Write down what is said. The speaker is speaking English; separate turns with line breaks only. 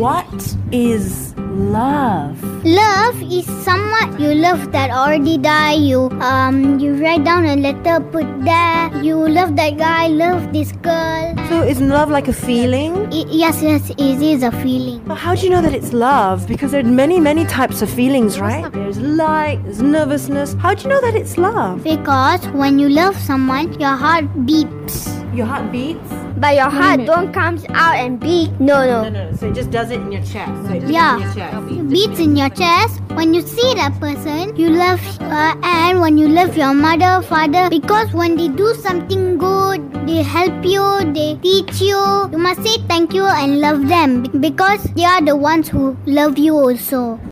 What is love?
Love is someone you love that already die. You um you write down a letter, put there. You love that guy, love this girl.
So is love like a feeling?
I yes, yes, it is a feeling.
But how do you know that it's love? Because there are many, many types of feelings, right? There's light, there's nervousness. How do you know that it's love?
Because when you love someone, your heart beeps.
Your heart beats?
But your heart don't comes out and beat. No, no.
no. So it just does it in your chest. So it
Yeah.
chest.
Beats in your chest. When you see that person, you love her, and when you love your mother, father, because when they do something good, they help you, they teach you. You must say thank you and love them because they are the ones who love you also.